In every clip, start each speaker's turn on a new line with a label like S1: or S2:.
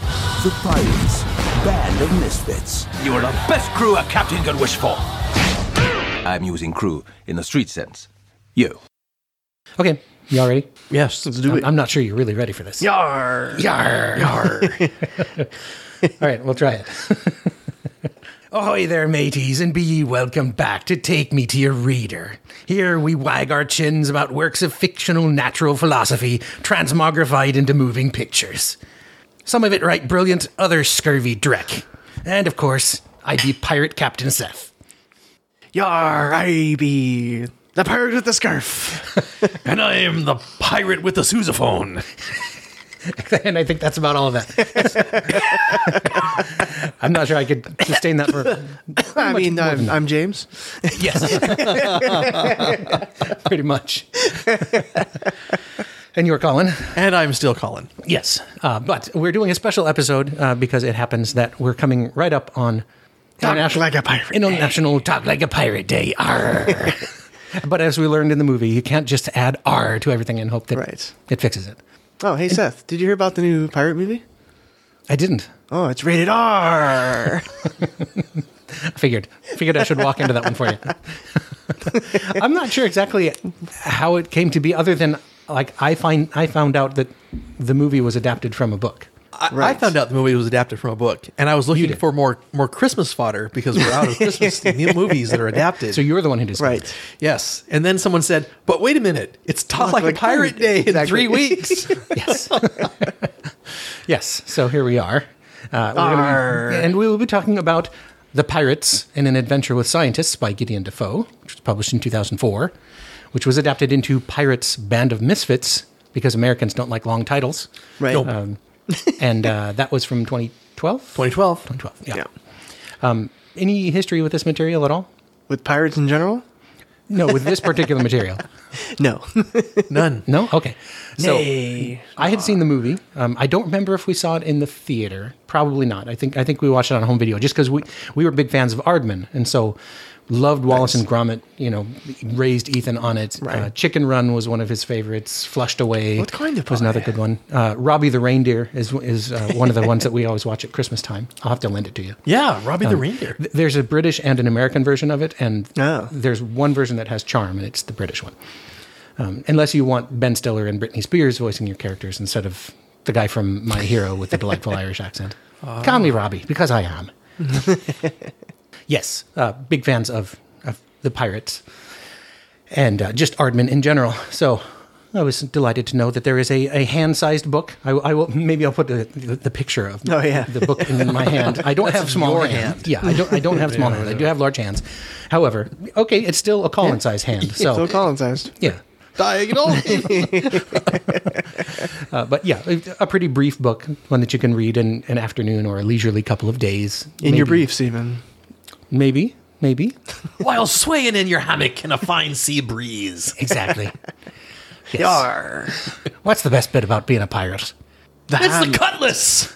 S1: the Pirates, Band of Misfits.
S2: You are the best crew a captain could wish for. I'm using crew in the street sense. You.
S3: Okay, y'all ready?
S4: Yes, let's do
S3: I'm,
S4: it.
S3: I'm not sure you're really ready for this.
S4: Yar!
S3: Yarr.
S4: Yar!
S3: All right, we'll try it. Ahoy there, mateys, and be ye welcome back to Take Me to Your Reader. Here we wag our chins about works of fictional natural philosophy transmogrified into moving pictures. Some of it right brilliant, others scurvy dreck. And of course, I be Pirate Captain Seth.
S4: Yar! I be the pirate with the scarf.
S5: And I am the pirate with the sousaphone.
S3: and I think that's about all of that. I'm not sure I could sustain that for
S4: I mean, I'm, I'm James.
S3: Yes. Pretty much. and you're Colin?
S4: And I'm still Colin.
S3: Yes. Uh, but we're doing a special episode uh, because it happens that we're coming right up on International,
S4: like a pirate
S3: International Talk Like a Pirate Day. Arr. but as we learned in the movie, you can't just add R to everything and hope that
S4: Right.
S3: it fixes it.
S4: Oh, hey, Seth. Did you hear about the new pirate movie?
S3: I didn't.
S4: Oh, it's rated R.
S3: figured figured I should walk into that one for you. I'm not sure exactly how it came to be, other than like I find I found out that the movie was adapted from a book.
S6: I,
S4: Right.
S6: I found out the movie was adapted from a book, and I was looking
S3: did.
S6: for more more Christmas fodder because we're out of Christmas new movies that are adapted.
S3: So you're the one who discovered.
S4: right.
S6: yes, and then someone said, "But wait a minute, it's Talk Like, a Pirate Day in three weeks."
S3: Yes. yes. So here we are, uh, we're gonna be- and we will be talking about the Pirates in an Adventure with Scientists by Gideon Defoe, which was published in 2004, which was adapted into Pirates Band of Misfits because Americans don't like long titles.
S4: Right.
S6: Nope.
S3: Um, and uh, that was from 2012.
S6: 2012.
S3: 2012. Yeah.
S4: Yeah.
S3: Any history with this material at all?
S4: With pirates in general?
S3: No, with this particular material.
S4: No.
S6: None.
S3: No. Okay. So
S4: Nay.
S3: I had seen the movie. Um, I don't remember if we saw it in the theater. Probably not. I think I think we watched it on home video just because we we were big fans of Aardman and so loved Wallace and Gromit. You know, raised Ethan on it. Uh, Chicken Run was one of his favorites. Flushed Away.
S4: What kind of
S3: was another
S4: pie?
S3: good one. Uh, Robbie the Reindeer is is uh, one of the ones that we always watch at Christmas time. I'll have to lend it to you.
S6: Yeah, Robbie the Reindeer.
S3: Th- There's a British and an American version of it, and
S4: Oh.
S3: there's one version that has charm, and it's the British one. Um, unless you want Ben Stiller and Britney Spears voicing your characters instead of the guy from My Hero with the delightful Irish accent. Call me Robbie because I am. yes, uh, big fans of, of the Pirates and uh, just Aardman in general. So I was delighted to know that there is a, a hand-sized book. I, will- I will maybe I'll put the, the, the picture of
S4: Oh, yeah.
S3: the book in my hand. I don't have small
S6: your
S3: hand.
S6: hand.
S3: Yeah, I don't I don't have small hands. I do have large hands. However, okay, it's still a Colin size hand. So
S4: so Colin sized.
S3: yeah.
S6: Diagonal.
S3: Uh, but yeah, a- a pretty brief book, one that you can read in an afternoon or a leisurely couple of days.
S4: In your
S3: Maybe-
S4: briefs, even.
S3: Maybe, maybe.
S5: While swaying in your hammock in a fine sea breeze.
S3: Exactly. Yes.
S4: Yar.
S3: What's the best bit about being a pirate?
S4: The
S5: It's
S4: ham.
S5: the cutlass.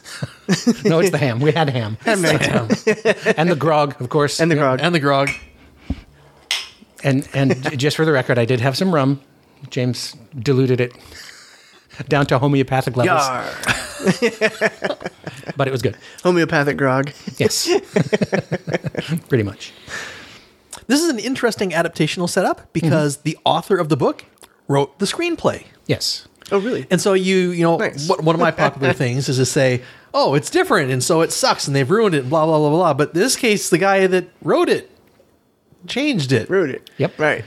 S3: No, it's the ham. We had ham. and the grog, of course.
S4: and the
S3: Yeah.
S4: grog.
S6: and the grog.
S3: And and j- just for the record, I did have some rum. James diluted it down to homeopathic levels,
S4: Yar.
S3: but it was good.
S4: Homeopathic grog.
S3: Yes, pretty much.
S6: This is an interesting adaptational setup because the author of the book wrote the screenplay.
S3: Yes,
S4: Oh, really?
S6: And so you, you know,
S4: Nice.
S6: what, one of my popular things is to say, "Oh, it's different," and so it sucks, and they've ruined it, and blah blah blah blah. But in this case, the guy that wrote it changed it.
S4: Wrote it.
S3: Yep.
S4: Right.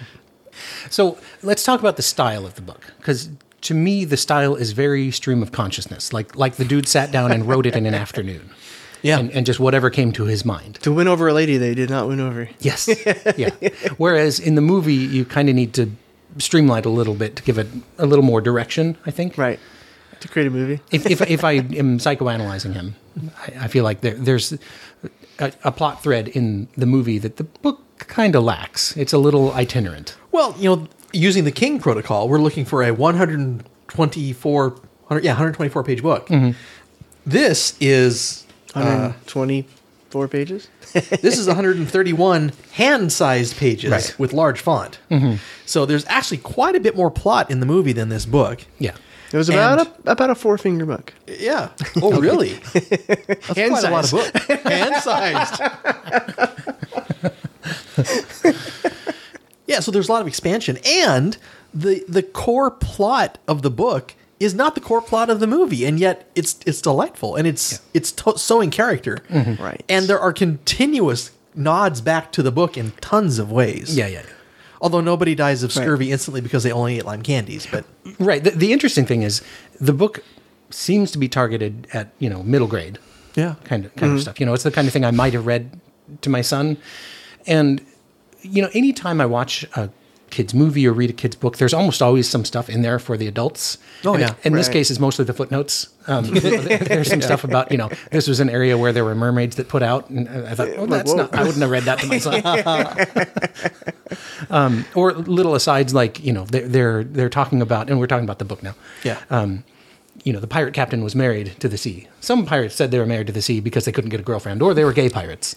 S3: So let's talk about the style of the book, because to me the style is very stream of consciousness, like like the dude sat down and wrote it in an afternoon,
S6: Yeah,
S3: and, and just whatever came to his mind.
S4: To win over a lady they did not win over.
S3: Yes. Yeah. Whereas in the movie, you kind of need to streamline a little bit to give it a little more direction. I think.
S4: Right. To create a movie.
S3: If if, if I am psychoanalyzing him, I, I feel like there, there's a, a plot thread in the movie that the book kind of lacks. It's a little itinerant.
S6: well, you know, using the King protocol, we're looking for a 124, 100, yeah, 124 page book. This is
S4: Uh, 124 pages.
S6: this is 131 hand-sized pages
S3: Right.
S6: with large font. So there's actually quite a bit more plot in the movie than this book.
S3: Yeah.
S4: It was about a, about a four finger book.
S6: Yeah. Oh, really? That's
S4: Hand
S6: quite a lot of
S4: size.
S6: book. Hand sized. yeah. So there's a lot of expansion, and the the core plot of the book is not the core plot of the movie, and yet it's it's delightful, and it's it's to- so in character,
S4: Right.
S6: and there are continuous nods back to the book in tons of ways.
S3: Yeah, yeah, yeah.
S6: Although nobody dies of scurvy instantly because they only ate lime candies, but
S3: Right. The, the interesting thing is the book seems to be targeted at you know middle grade
S6: yeah,
S3: kind of kind of stuff. You know, it's the kind of thing I might have read to my son, and you know, anytime I watch a kids movie or read a kids book, there's almost always some stuff in there for the adults.
S6: Oh,
S3: And
S6: yeah.
S3: In this
S4: Right.
S3: case, it's mostly the footnotes. Um, you know, there's some stuff about you know this was an area where there were mermaids that put out, and I I thought, oh, that's
S4: whoa.
S3: not. I wouldn't have read that to my son. um, or little asides like you know they're they're they're talking about, and we're talking about the book now
S6: yeah.
S3: you know, the pirate captain was married to the sea. Some pirates said they were married to the sea because they couldn't get a girlfriend, or they were gay pirates.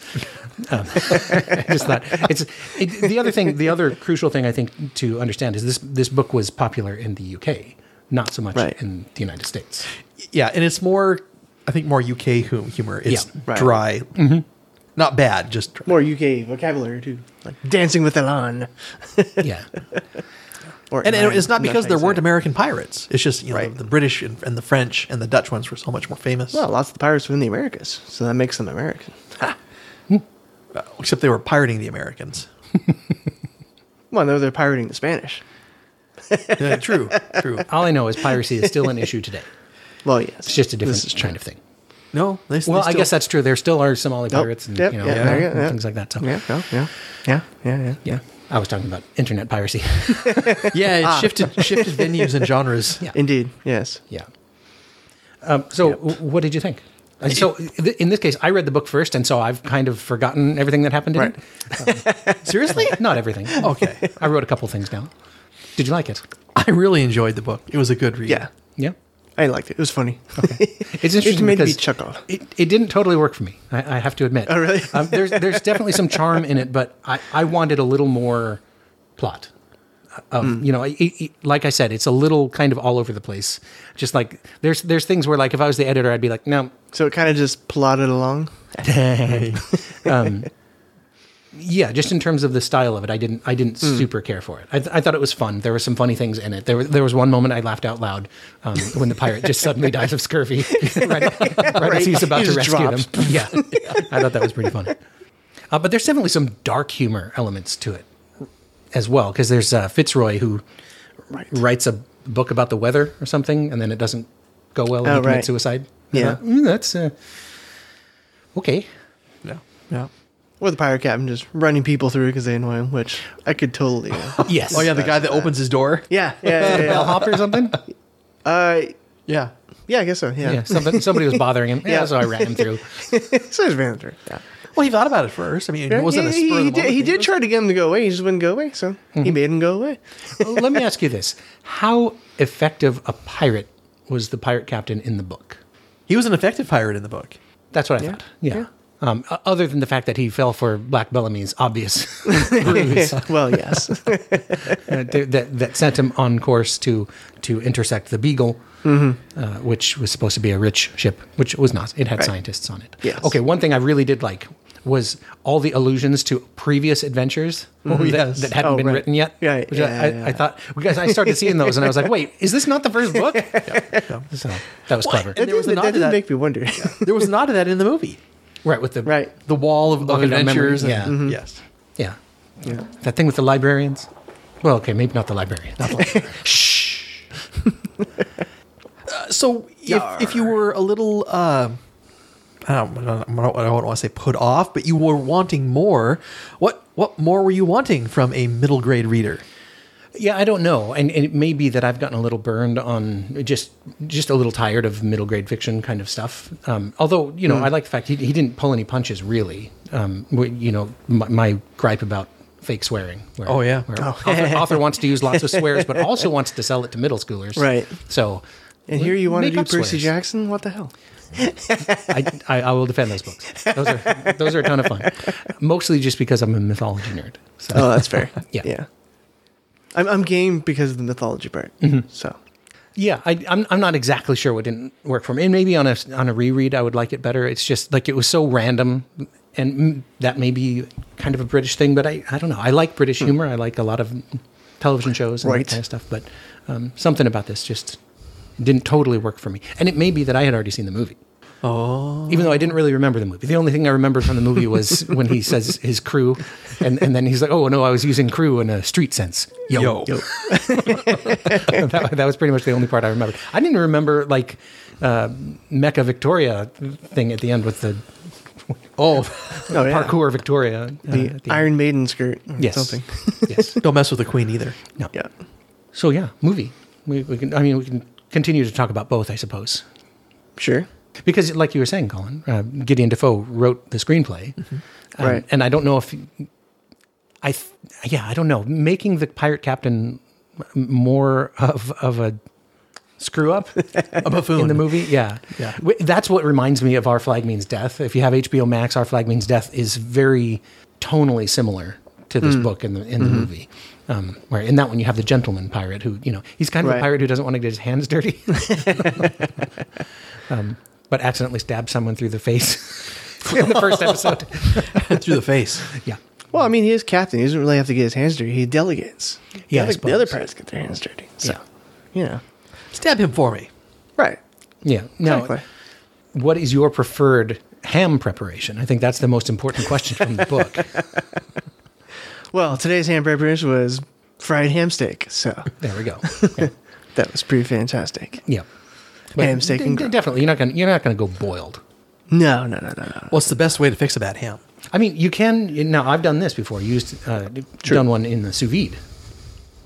S3: Um, I just thought it's it, the other thing. The other crucial thing I think to understand is this: this book was popular in the UK, not so much
S4: Right.
S3: in the United States.
S6: Yeah, and it's more, I think, more UK hum- humor. It's
S3: Yeah.
S4: Right. Mm-hmm.
S6: dry, not bad, just dry.
S4: More UK vocabulary too, like dancing with Elan.
S3: Yeah,
S4: Or
S6: And, and
S4: Elan,
S6: it's not
S4: I'm
S6: because
S4: sure
S6: there
S4: how you
S6: weren't
S4: say it.
S6: American pirates. It's just you know
S4: Right.
S6: the, British and, and the French and the Dutch ones were so much more famous.
S4: Well, lots of the pirates were in the Americas, so that makes them American.
S6: except they were pirating the Americans.
S4: Well, no, they're pirating the Spanish.
S6: Yeah, true, true.
S3: all I know is piracy is still an issue today.
S4: Well, yes,
S3: It's just a different
S4: This is
S3: kind of thing.
S6: No, they,
S3: Well, I guess
S6: that's
S3: that's true. There still are Somali
S4: Nope.
S3: pirates and
S4: Yep.
S3: you know
S4: Yeah. Yeah. Yeah.
S3: things like that. So
S4: Yeah, no, yeah, yeah, yeah, yeah.
S3: yeah. I was talking about internet piracy.
S6: yeah, it
S4: Ah.
S6: shifted shifted venues and genres.
S3: Yeah.
S4: Indeed, yes.
S3: Yeah. Um, so, w- what did you think? Uh, So, th- in this case, I read the book first, and so I've kind of forgotten everything that happened in
S4: Right.
S6: Seriously,
S3: it. Not everything.
S4: Oh.
S6: okay.
S3: I wrote a couple things down. Did you like it?
S6: I really enjoyed the book. It was a good read.
S4: Yeah,
S3: Yeah.
S4: I liked it. It was funny.
S3: It's interesting
S4: made me
S3: because
S4: chuckle.
S3: It, it didn't totally work for me. I, I have to admit.
S4: Oh, really?
S3: um, there's there's definitely some charm in it, but I, I wanted a little more plot.
S4: Hmm.
S3: Um, You know, it, it, like I said, it's a little kind of all over the place. Just like there's there's things where like if I was the editor, I'd be like, no,
S4: So it kind of just plodded along.
S3: yeah, just in terms of the style of it, I didn't I didn't
S4: Hmm.
S3: super care for it. I, th- I thought it was fun. There were some funny things in it. There were, there was one moment I laughed out loud um, when the pirate just suddenly dies of scurvy right, right, as he's about
S4: He
S3: to
S4: just
S3: rescue
S4: drops.
S3: them. Yeah, I thought that was pretty funny. Uh, but there's definitely some dark humor elements to it as well because there's uh, Fitzroy who writes a book about the weather or something, and then it doesn't go well and
S4: Oh,
S3: he commits
S4: right.
S3: suicide. I
S4: Yeah.
S3: thought, "Mm, that's uh, okay.
S6: yeah, yeah.
S4: Or the pirate captain just running people through because they annoy him, which I could totally. Uh,
S3: Yes.
S6: Oh yeah, the guy that opens his door.
S4: yeah, yeah, yeah, yeah.
S3: bellhop or something.
S4: Uh,
S6: Yeah,
S4: yeah, I guess so. Yeah,
S3: Yeah, somebody, somebody was bothering him. Yeah,
S4: Yeah.
S3: so I ran him through.
S4: so it's Vander. Yeah,
S6: Well, he thought about it first. I mean, it wasn't a
S4: he,
S6: spur of the
S4: he did,
S6: moment
S4: he
S6: thing.
S4: did try to get him to go away. He just wouldn't go away, so he made him go away.
S3: Let me ask you this: How effective a pirate was the pirate captain in the book?
S6: He was an effective pirate in the book.
S3: That's what I thought. Yeah. Um, o- other than the fact that he fell for Black Bellamy's obvious ruse uh,
S4: Well, yes,
S3: th- Uh, that, that sent him on course to to intersect the Beagle,
S4: Mm-hmm.
S3: uh, which was supposed to be a rich ship, which it was not. It had scientists on it.
S4: Yes.
S3: Okay, one thing I really did like was all the allusions to previous adventures
S6: Oh,
S3: that,
S6: yes.
S3: that hadn't
S4: Oh,
S3: been
S4: right.
S3: written yet.
S4: Yeah,
S3: which I-
S4: yeah,
S3: I,
S4: yeah.
S3: I thought because I started seeing those and I was like, wait, is this not the first book? So that was clever,
S4: that
S6: there was a
S4: did,
S6: nod
S4: that
S6: to
S4: did
S6: that.
S4: make me wonder.
S6: There was not of that in the movie.
S3: right? With the
S4: right,
S6: The wall of, of
S3: Walking down
S6: adventures.
S3: memory-
S6: and- Mm-hmm. Yes.
S3: yeah,
S4: yeah,
S3: that thing with the librarians. Well, okay, maybe not the librarian.
S6: So if, if you were a little, uh, I don't, I don't- I don't- I don't want to say put off, but you were wanting more. What what more were you wanting from a middle grade reader?
S3: Yeah, I don't know, and, and it may be that I've gotten a little burned on just just a little tired of middle grade fiction kind of stuff. Um, although you know,
S4: Hmm.
S3: I like the fact he, he didn't pull any punches really. Um, we- you know, my, my gripe about fake swearing. Where,
S6: Oh, yeah.
S3: where author, author wants to use lots of swears, but also wants to sell it to middle schoolers.
S4: Right.
S3: So,
S4: and here you want to
S3: make
S4: do
S3: up
S4: Percy
S3: swears.
S4: Jackson? What the hell?
S3: I, I, I will defend those books. Those are those are a ton of fun, mostly just because I'm a mythology nerd. So.
S4: Oh, that's fair.
S3: Yeah.
S4: yeah. I'm, I'm game because of the mythology part. So
S3: yeah, I, I'm I'm not exactly sure what didn't work for me, and maybe on a on a reread I would like it better. It's just like it was so random, and mm, that may be kind of a British thing, but I I don't know. I like British humor. I like a lot of television shows and
S4: Right.
S3: that kind of stuff, but um, something about this just didn't totally work for me. And it may be that I had already seen the movie. Oh. Even though I didn't really remember the movie. The only thing I remembered from the movie was when he says his crew and, and then he's like, Oh no, I was using crew in a street sense. Yo.
S6: Yo.
S3: that, that was pretty much the only part I remembered. I didn't remember like uh, Mecca Victoria thing at the end with the
S6: Oh,
S4: Oh, yeah.
S3: parkour Victoria. uh,
S4: The
S3: at end.
S4: Iron Maiden skirt. Or
S3: Yes.
S4: Something.
S3: yes.
S6: don't mess with the queen either.
S3: No.
S4: Yeah.
S3: So yeah, movie. We, we can. I mean, we can continue to talk about both, I suppose,
S4: Sure.
S3: because like you were saying, Colin, uh, Gideon Defoe wrote the screenplay, Um,
S4: Mm-hmm. Right.
S3: And I don't know if I. Th- yeah, I don't know. Making the pirate captain m- more of of a screw up
S6: A buffoon.
S3: in the movie. Yeah.
S6: Yeah.
S3: W- That's what reminds me of Our Flag Means Death. If you have HBO Max, Our Flag Means Death is very tonally similar to
S4: Mm.
S3: this book in the in
S4: Mm-hmm.
S3: the movie. Um, where in that one you have the gentleman pirate who, you know, he's kind of a
S4: Right.
S3: pirate who doesn't want to get his hands dirty. um, but accidentally stabs someone through the face in the first episode.
S6: through the face.
S3: yeah.
S4: Well, I mean, he is captain. He doesn't really have to get his hands dirty. He delegates.
S3: Yeah, I
S4: The other, the other
S3: suppose.
S4: pirates get their hands dirty. So,
S3: Yeah.
S4: you know.
S6: Stab him for me.
S4: Right.
S3: Yeah. No.
S4: Exactly.
S3: What is your preferred ham preparation? I think that's the most important question from the book.
S4: Well, today's ham preparation was fried ham steak. So
S3: There we go.
S4: that was pretty fantastic.
S3: Yeah.
S4: Ham, steak, and grub.
S3: definitely you're not gonna you're not gonna go boiled.
S4: No, no, no, no, no.
S6: What's the best way to fix a bad ham?
S3: I mean, you can. You now I've done this before. Used uh, done one in the sous vide,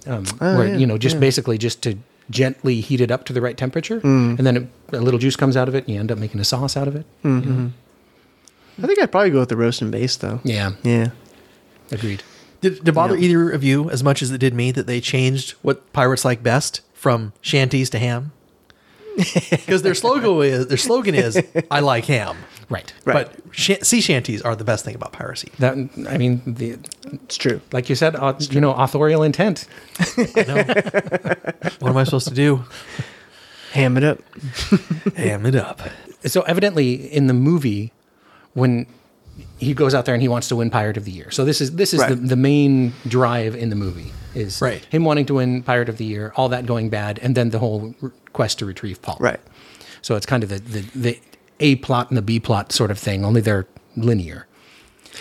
S3: um, where
S4: Ah, yeah,
S3: you know just basically just to gently heat it up to the right temperature,
S4: Mm.
S3: and then it, a little juice comes out of it. and You end up making a sauce out of it.
S4: I think I'd probably go with the roast and base, though.
S3: Yeah,
S4: Yeah.
S3: agreed.
S6: Did, did it bother either of you as much as it did me that they changed what pirates like best from shanties to ham? Because their slogan is their slogan is "I like ham,"
S3: Right.
S6: but sh- sea shanties are the best thing about piracy.
S3: That I mean, the,
S4: It's true.
S3: like you said, uh, you know, authorial intent.
S6: I know. what am I supposed to do?
S4: Ham it up.
S6: Ham it up.
S3: So evidently in the movie, when he goes out there and he wants to win Pirate of the Year. So this is this is the,
S4: Right.
S3: the main drive in the movie is
S6: Right.
S3: him wanting to win Pirate of the Year, all that going bad, and then the whole r- quest to retrieve Paul.
S4: Right.
S3: So it's kind of the the, the A plot and the B plot sort of thing, only they're linear.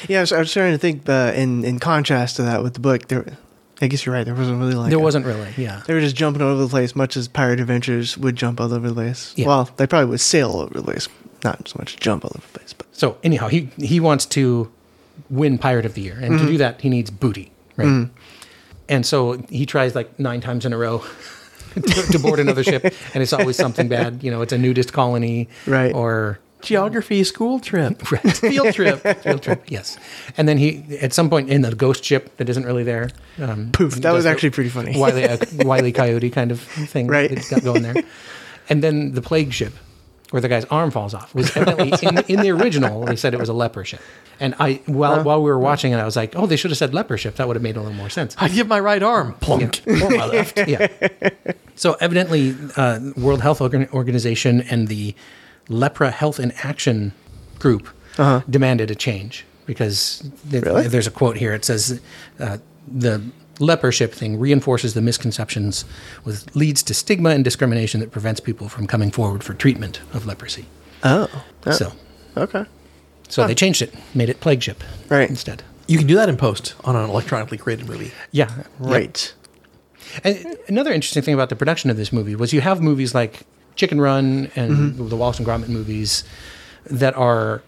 S4: Yeah, I was, I was trying to think uh, in in contrast to that with the book. There, I guess you're right. There wasn't really like
S3: There
S4: a-
S3: wasn't really, yeah.
S4: They were just jumping all over the place, much as pirate adventures would jump all over the place.
S3: Yeah.
S4: Well, they probably would sail all over the place, not so much jump all over the place. But
S3: So anyhow, he he wants to win Pirate of the Year, and to do that, he needs booty, right? And so he tries like nine times in a row to, to board another ship, and it's always something bad. You know, it's a nudist colony,
S4: Right.
S3: Or
S6: Geography school trip.
S3: field trip, field trip, yes. And then he, at some point, in the ghost ship that isn't really there, um,
S4: poof, that
S3: does
S4: was
S3: the
S4: actually pretty funny.
S3: Wiley, uh, Wiley Coyote kind of thing
S4: Right.
S3: that's got going there. And then the plague ship, where the guy's arm falls off, was evidently in, in the original. They said it was a leper ship, and I while while we were watching it, I was like, oh, they should have said leper ship. That would have made a little more sense.
S6: I give my right arm plunked or my left.
S3: Oh, Yeah. So evidently, uh, World Health Organ- Organization and the Lepra Health in Action group demanded a change because th-
S4: Uh-huh. Really?
S3: there's a quote here. It says uh, the lepership thing reinforces the misconceptions, with leads to stigma and discrimination that prevents people from coming forward for treatment of leprosy.
S4: oh, oh,
S3: So,
S4: okay,
S3: so they changed it, made it plague ship
S4: Right.
S3: instead.
S6: You can do that in post on an electronically created movie.
S3: Yeah,
S4: right,
S3: And another interesting thing about the production of this movie was you have movies like Chicken Run and
S4: Mm-hmm.
S3: the Wallace and Gromit movies that are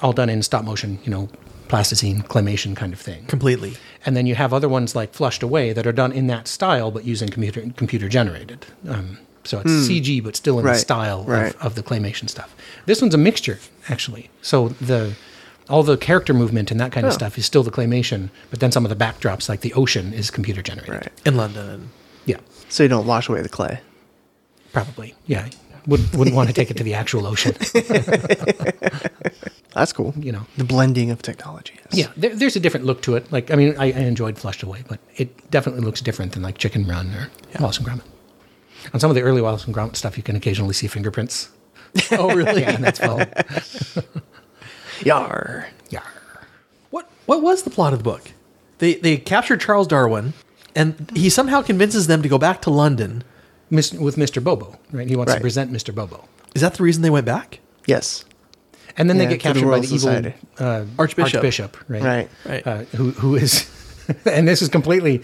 S3: all done in stop motion, you know, plasticine, claymation kind of thing.
S6: Completely.
S3: And then you have other ones like Flushed Away that are done in that style but using computer computer generated. Um, so it's CG but still in the
S4: Hmm. Right,
S3: style
S4: right.
S3: of, of the claymation stuff. This one's a mixture actually. So the all the character movement and that kind of
S4: Oh.
S3: stuff is still the claymation, but then some of the backdrops like the ocean is computer generated.
S4: right.
S6: In London.
S3: Yeah.
S4: So you don't wash away the clay.
S3: Probably. Yeah. Would, wouldn't want to take it to the actual ocean,
S4: That's cool.
S3: you know.
S4: The blending of technology. Is,
S3: Yeah, there, there's a different look to it. Like, I mean, I, I enjoyed Flushed Away, but it definitely looks different than like Chicken Run or Wallace and Gromit. On some of the early Wallace and Gromit stuff, you can occasionally see fingerprints.
S6: Oh, really?
S3: Yeah, and that's well.
S4: Yar.
S3: Yar.
S6: What What was the plot of the book? They they captured Charles Darwin, and he somehow convinces them to go back to London.
S3: Mis- with Mr. Bobo, right? He wants to
S4: Right.
S3: present Mr. Bobo.
S6: Is that the reason they went back?
S4: Yes.
S3: And then
S4: Yeah,
S3: they get
S4: to the
S3: captured by
S4: Royal
S3: the
S4: Society.
S3: evil uh,
S6: Archbishop.
S3: Archbishop, right?
S4: Right.
S6: Right.
S3: Uh, who, who is, and this is completely,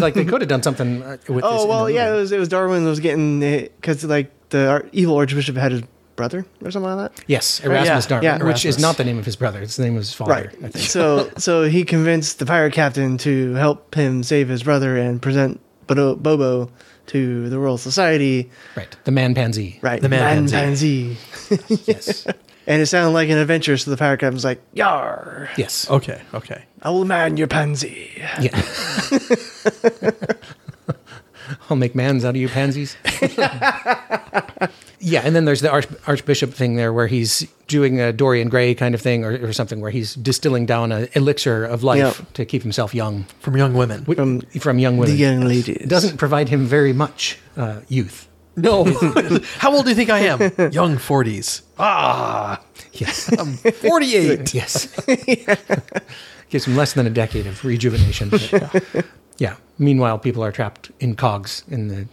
S3: like, they could have done something uh, with this.
S4: Oh
S3: in
S4: well,
S3: the
S4: yeah. It
S3: movie.
S4: was it was Darwin was getting because like the ar- evil archbishop had his brother or something like that.
S3: Yes, Erasmus
S6: yeah,
S3: Darwin,
S4: yeah,
S3: which is
S4: Erasmus.
S3: not the name of his brother. It's the name of his father, I
S4: Right.
S3: think.
S4: so so he convinced the pirate captain to help him save his brother and present Bodo- Bobo to the Royal Society.
S3: Right. The man pansy.
S4: Right.
S6: The man
S4: Pansy.
S3: Yes.
S4: And it sounded like an adventure, so the pirate captain's like, Yar,
S3: yes. Oh,
S6: Okay. Okay.
S4: I will man your pansy.
S3: Yeah. I'll make mans out of you pansies. yeah, and then there's the Arch- Archbishop thing there where he's doing a Dorian Gray kind of thing or, or something where he's distilling down an elixir of life
S4: Yep.
S3: to keep himself young
S6: From young women.
S3: Wh- from, young
S4: The
S3: women.
S4: young ladies.
S3: It doesn't provide him very much uh, youth.
S6: No. How old do you think I am? Young forties.
S3: Yes.
S6: Forty-eight.
S3: Yes. Gives him less than a decade of rejuvenation. but- yeah. Meanwhile, people are trapped in cogs in the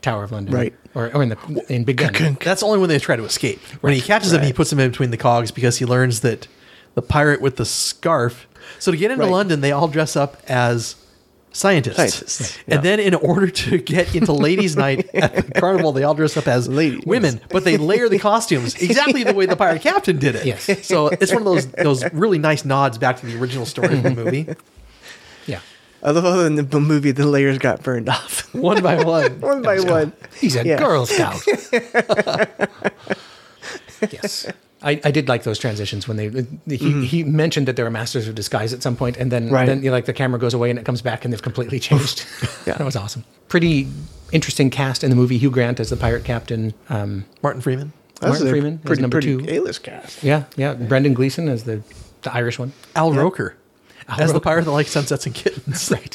S3: Tower of London.
S4: Right.
S3: Or, or in the in Big Ben.
S6: That's only when they try to escape. When he catches them, he puts them in between the cogs because he learns that the pirate with the scarf. So to get into
S4: Right.
S6: London, they all dress up as scientists.
S4: Scientists,
S6: And then in order to get into ladies' night at the carnival, they all dress up as
S4: Ladies.
S6: women, but they layer the costumes exactly the way the pirate captain did it.
S3: Yes.
S6: So it's one of those those really nice nods back to the original story of the movie.
S3: Yeah.
S4: Although in the movie, the layers got burned off
S6: One by one.
S4: one by one.
S3: He's a
S4: Yeah.
S3: Girl Scout. yes. I, I did like those transitions when they he, he mentioned that they were masters of disguise at some point and then
S4: Mm-hmm. Right.
S3: then you know, like the camera goes away and it comes back and they've completely changed.
S4: Yeah.
S3: that was awesome. Pretty interesting cast in the movie. Hugh Grant as the pirate captain. Um,
S6: Martin Freeman.
S3: Martin
S4: a
S3: Freeman is
S4: pretty,
S3: number
S4: pretty
S3: two.
S4: A-list cast.
S3: Yeah, yeah. Brendan Gleeson as the, the Irish one.
S6: Al Roker. as the
S3: Roker.
S6: pirate that likes sunsets and kittens.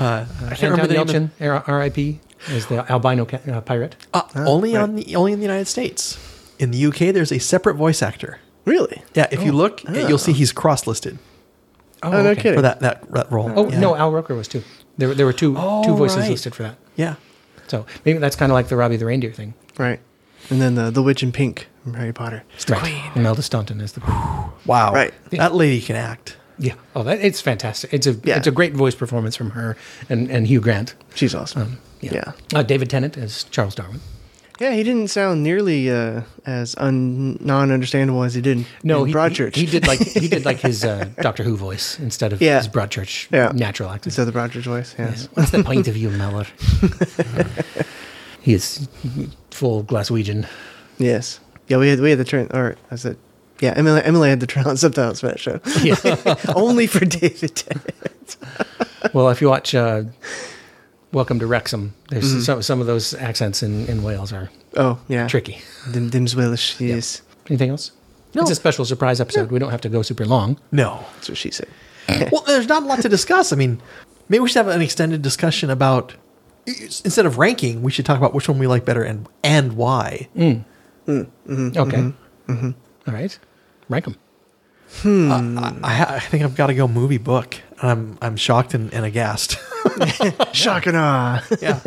S3: Right.
S6: I can't remember
S3: Anton
S6: the
S3: Yelchin,
S6: other-
S3: R- R.I.P., as the albino ca- uh, pirate.
S6: Uh, only on the only in the United States. In the UK, there's a separate voice actor.
S4: Really?
S6: Yeah, if
S3: Oh.
S6: you
S3: Ah.
S6: look, you'll see he's cross-listed
S4: Oh, no
S3: okay.
S4: kidding.
S6: for that that, that role.
S3: Oh,
S6: yeah.
S3: no, Al Roker was too. There, were- there were two
S6: Oh,
S3: two voices
S6: right.
S3: listed for that.
S6: Yeah,
S3: So maybe that's kind of like the Robbie the Reindeer thing.
S4: Right. And then uh, the, the witch in pink from Harry Potter.
S3: right. Imelda Staunton is the queen.
S6: wow.
S4: Right.
S6: that lady can act.
S3: Yeah. Oh, that, it's fantastic. It's a
S4: Yeah.
S3: it's a great voice performance from her and, and Hugh Grant.
S4: She's awesome.
S3: Yeah.
S4: yeah. yeah.
S3: Uh, David Tennant as Charles Darwin.
S4: he didn't sound nearly uh, as un- non-understandable as he did
S3: No,
S4: in
S3: he,
S4: Broadchurch.
S3: he he did like he did like his uh, Doctor Who voice instead of
S4: Yeah.
S3: his Broadchurch
S4: Yeah.
S3: natural accent.
S4: Instead of the Broadchurch voice, yes.
S3: What's the point of you, Mellor? he is full Glaswegian.
S4: Yes. Yeah, we had we had the turn or I said yeah, Emily Emily had the turn on subtitles for that show. Only for David Tennant.
S3: Well, if you watch uh, Welcome to Wrexham, there's some, some of those accents in, in Wales are
S4: Oh, yeah.
S3: tricky.
S4: Dim Dim's Willish, yes.
S3: Anything else? It's a special surprise episode. We don't have to go super long.
S6: No,
S4: That's what she said.
S6: well, there's not a lot to discuss. I mean, maybe we should have an extended discussion about instead of ranking, we should talk about which one we like better and and why.
S3: Okay. Mm-hmm. All right. Rank them.
S6: I, I think I've got to go movie book. I'm I'm shocked and, and aghast.
S4: Shock and awe.
S6: yeah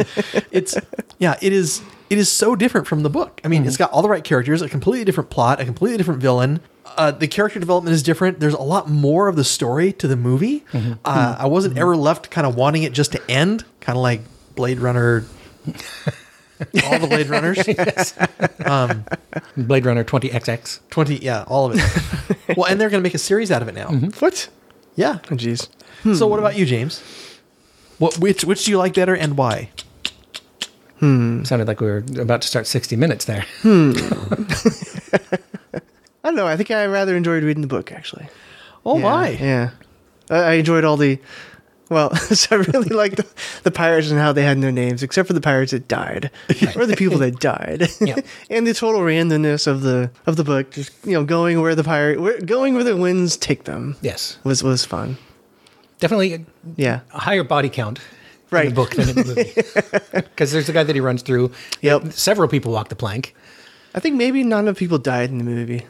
S6: it's yeah it is it is so different from the book i mean it's got all the right characters a completely different plot a completely different villain uh, the character development is different there's a lot more of the story to the movie uh, i wasn't ever left kind of wanting it just to end kind of like blade runner all the blade runners
S3: Blade Runner 20XX.
S6: 20 yeah all of it well and they're going to make a series out of it now
S4: what?
S6: yeah
S4: Oh jeez.
S6: so what about you james what which which do you like better and why
S3: Sounded like we were about to start 60 minutes there.
S4: I don't know. I think I rather enjoyed reading the book actually.
S6: oh
S4: yeah,
S6: my
S4: Yeah. I, I enjoyed all the well, so I really liked the, the pirates and how they had no names, except for the pirates that died, or the people that died,
S3: Yeah.
S4: and the total randomness of the of the book. Just you know, going where the pirate, where, going where the winds take them.
S3: Yes.
S4: was was fun.
S3: Definitely
S4: Yeah,
S3: a higher body count in
S4: Right.
S3: the book than in the movie. Because there's the guy that he runs through.
S4: Yep.
S3: Several people walk the plank.
S4: I think maybe not enough people died in the movie.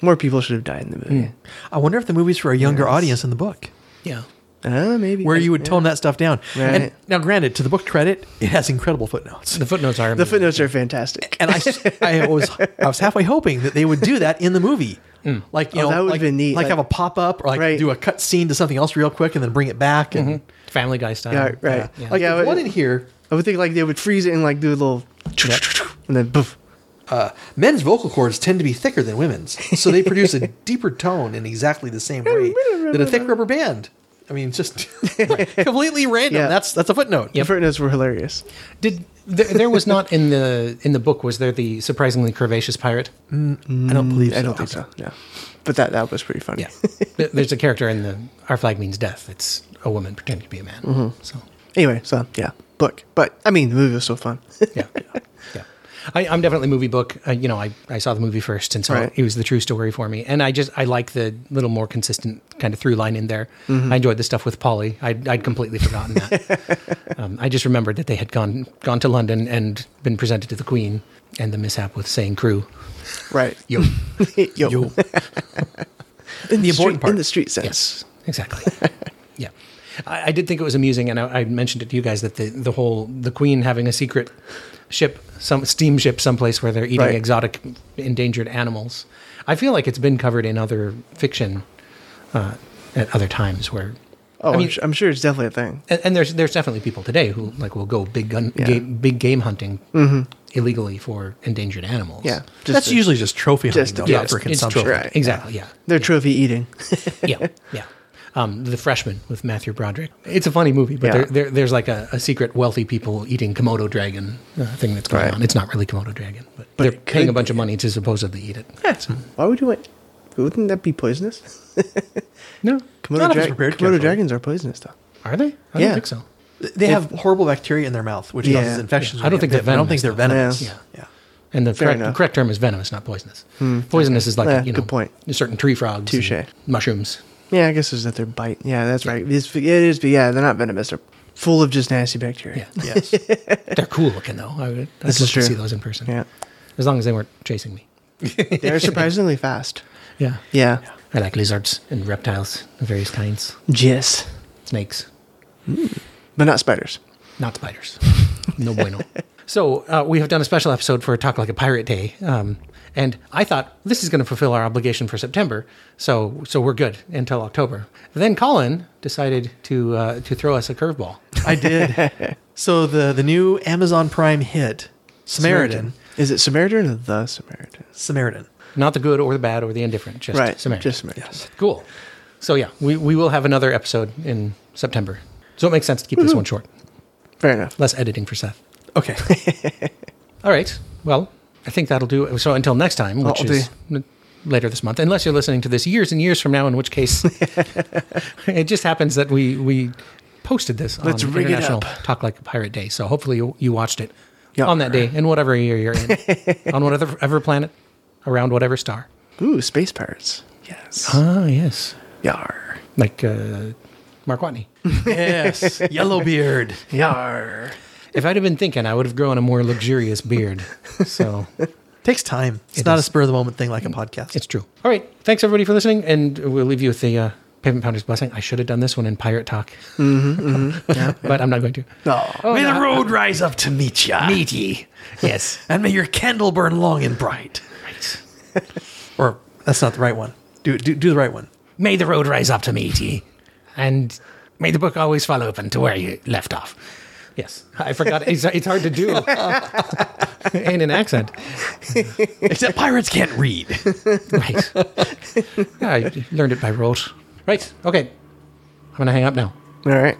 S4: More people should have died in the movie.
S6: I wonder if the movie's for a younger audience in the book,
S3: Yeah.
S4: Uh, maybe
S6: Hmm. where you would
S4: Yeah.
S6: tone that stuff down. And
S4: Right.
S6: now, granted, to the book credit, it has incredible footnotes.
S3: The footnotes are
S4: The footnotes are fantastic.
S6: and I, s- I was I was halfway hoping that they would do that in the movie. Like you
S4: Oh,
S6: know,
S4: that would've
S6: like,
S4: been neat,
S6: like,
S4: like-
S6: have a pop up or like
S4: Right.
S6: do a cut scene to something else real quick and then bring it back and
S3: Family Guy style.
S4: Yeah, right.
S3: Yeah.
S6: like
S4: Yeah,
S6: there's
S4: but-
S6: one in here.
S4: I would think like they would freeze it and like do a little, and then poof.
S6: Men's vocal cords tend to be thicker than women's, so they produce a deeper tone in exactly the same way that a thick rubber band. I mean, just completely random.
S4: Yeah.
S6: That's that's a footnote.
S4: The footnotes were hilarious.
S3: Did there, there was not in the in the book was there the surprisingly curvaceous pirate?
S6: I don't believe. So.
S4: I don't think so. No, but that that was pretty funny.
S3: Yeah. There- there's a character in the Our Flag Means Death. It's a woman pretending to be a man. So
S4: Anyway, so yeah, book. But I mean, the movie was so fun.
S3: yeah, yeah. I, I'm definitely movie book. Uh, you know, I, I saw the movie first, and so
S4: Right.
S3: it was the true story for me. And I just I like the little more consistent kind of through line in there. I enjoyed the stuff with Polly. I'd, I'd completely forgotten that. um, I just remembered that they had gone gone to London and been presented to the Queen, and the mishap with saying crew.
S4: right.
S3: Yo,
S4: Yo. In the,
S6: important
S4: street,
S6: part.
S4: in the street sense.
S3: Yes, exactly. yeah, I, I did think it was amusing, and I, I mentioned it to you guys that the the whole the Queen having a secret ship, some steamship, someplace where they're eating
S4: Right.
S3: exotic, endangered animals. I feel like it's been covered in other fiction uh, at other times where.
S4: Oh, I
S3: I mean,
S4: am su- I'm sure it's definitely a thing.
S3: and, and there's there's definitely people today who like will go big gun
S4: Yeah.
S3: game, big game hunting illegally for endangered animals.
S4: Yeah. Just
S6: that's
S4: a-
S6: usually just trophy hunting,
S4: just a-
S6: though,
S4: yeah,
S6: not for
S3: it's- it's
S6: consumption.
S3: trophy.
S4: Right, yeah.
S3: Exactly. Yeah.
S4: They're trophy eating.
S3: yeah, yeah. Um, the Freshman with Matthew Broderick. It's a funny movie, but
S4: Yeah.
S3: there, there, there's like a, a secret wealthy people eating Komodo dragon uh, thing that's going
S4: Right.
S3: on. It's not really Komodo dragon, but, they're
S4: it
S3: paying a
S4: could
S3: bunch of money to supposedly eat it.
S4: Why would you want? Wouldn't that be poisonous?
S3: No,
S6: Not
S4: Komodo,
S6: if it's
S4: dra-
S6: prepared
S4: Komodo
S6: carefully.
S4: dragons are poisonous, though.
S3: are they? I
S4: Yeah.
S3: don't think so.
S6: They have horrible bacteria in their mouth, which
S4: Yeah.
S6: causes infections.
S3: Yeah. I don't think they're
S6: I don't think
S3: venomous,
S6: they're
S3: though.
S6: venomous.
S4: Yeah.
S6: yeah.
S3: And the correct, the
S4: enough. Hmm.
S3: correct term is venomous, not poisonous. Poisonous is like
S4: Yeah,
S3: you know,
S4: good point.
S3: certain tree frogs, and
S4: Touche.
S3: mushrooms.
S4: Yeah, I guess it's that they're bite. Yeah, that's right. It's, it is, but yeah, they're not venomous. They're full of just nasty bacteria.
S3: Yeah.
S6: Yes.
S3: They're cool looking though. I would I'd
S4: This
S3: love
S4: is
S3: to see
S4: true.
S3: those in person.
S4: Yeah.
S3: as long as they weren't chasing me.
S4: They're surprisingly fast.
S3: Yeah,
S4: Yeah.
S3: I like lizards and reptiles of various kinds,
S4: Yes.
S3: snakes.
S4: But not spiders.
S3: not spiders. No bueno. so uh, we have done a special episode for Talk Like a Pirate Day, um, and I thought this is going to fulfill our obligation for September, so so we're good until October. Then Colin decided to uh, to throw us a curveball.
S6: I did. so the the new Amazon Prime hit Samaritan.
S4: Is it Samaritan or the Samaritan?
S6: Samaritan.
S3: Not the good or the bad or the indifferent, just
S4: right.
S3: Samaritan.
S4: Just Samaritan.
S3: cool. So yeah, we, we will have another episode in September. So it makes sense to keep this one short.
S4: Fair enough.
S3: Less editing for Seth.
S6: Okay.
S3: All right. Well, I think that'll do. it. So until next time, which
S4: That'll
S3: is n- later this month, unless you're listening to this years and years from now, in which case it just happens that we we posted this on
S4: Let's rig it
S3: International
S4: up.
S3: Talk Like a Pirate Day. So hopefully you, you watched it
S4: Yeah.
S3: on that day in whatever year you're in, on whatever ever planet, around whatever star.
S4: Ooh, space pirates. Yes.
S3: Ah, yes,
S4: Yar.
S3: like uh, Mark Watney.
S6: yes. Yellowbeard.
S4: Yar.
S3: If I'd have been thinking, I would have grown a more luxurious beard. So.
S6: Takes time. It's
S3: It
S6: not a
S3: is.
S6: spur of the moment thing like a podcast.
S3: It's true. All right. Thanks everybody for listening, and we'll leave you with the uh, pavement pounders blessing. I should have done this one in pirate talk,
S5: Mm-hmm,
S3: but I'm not going to.
S4: Oh.
S5: May the road rise up to meet ya.
S3: Meet ye. Yes.
S5: And may your candle burn long and bright.
S3: right.
S6: or that's not the right one. Do do, do the right one.
S3: May the road rise up to meet ye, and may the book always fall open to where you left off. Yes, I forgot. It's, it's hard to do in an accent.
S5: Except pirates can't read.
S3: Right. Ah, I learned it by rote. Right. Okay. I'm gonna hang up now.
S4: All right.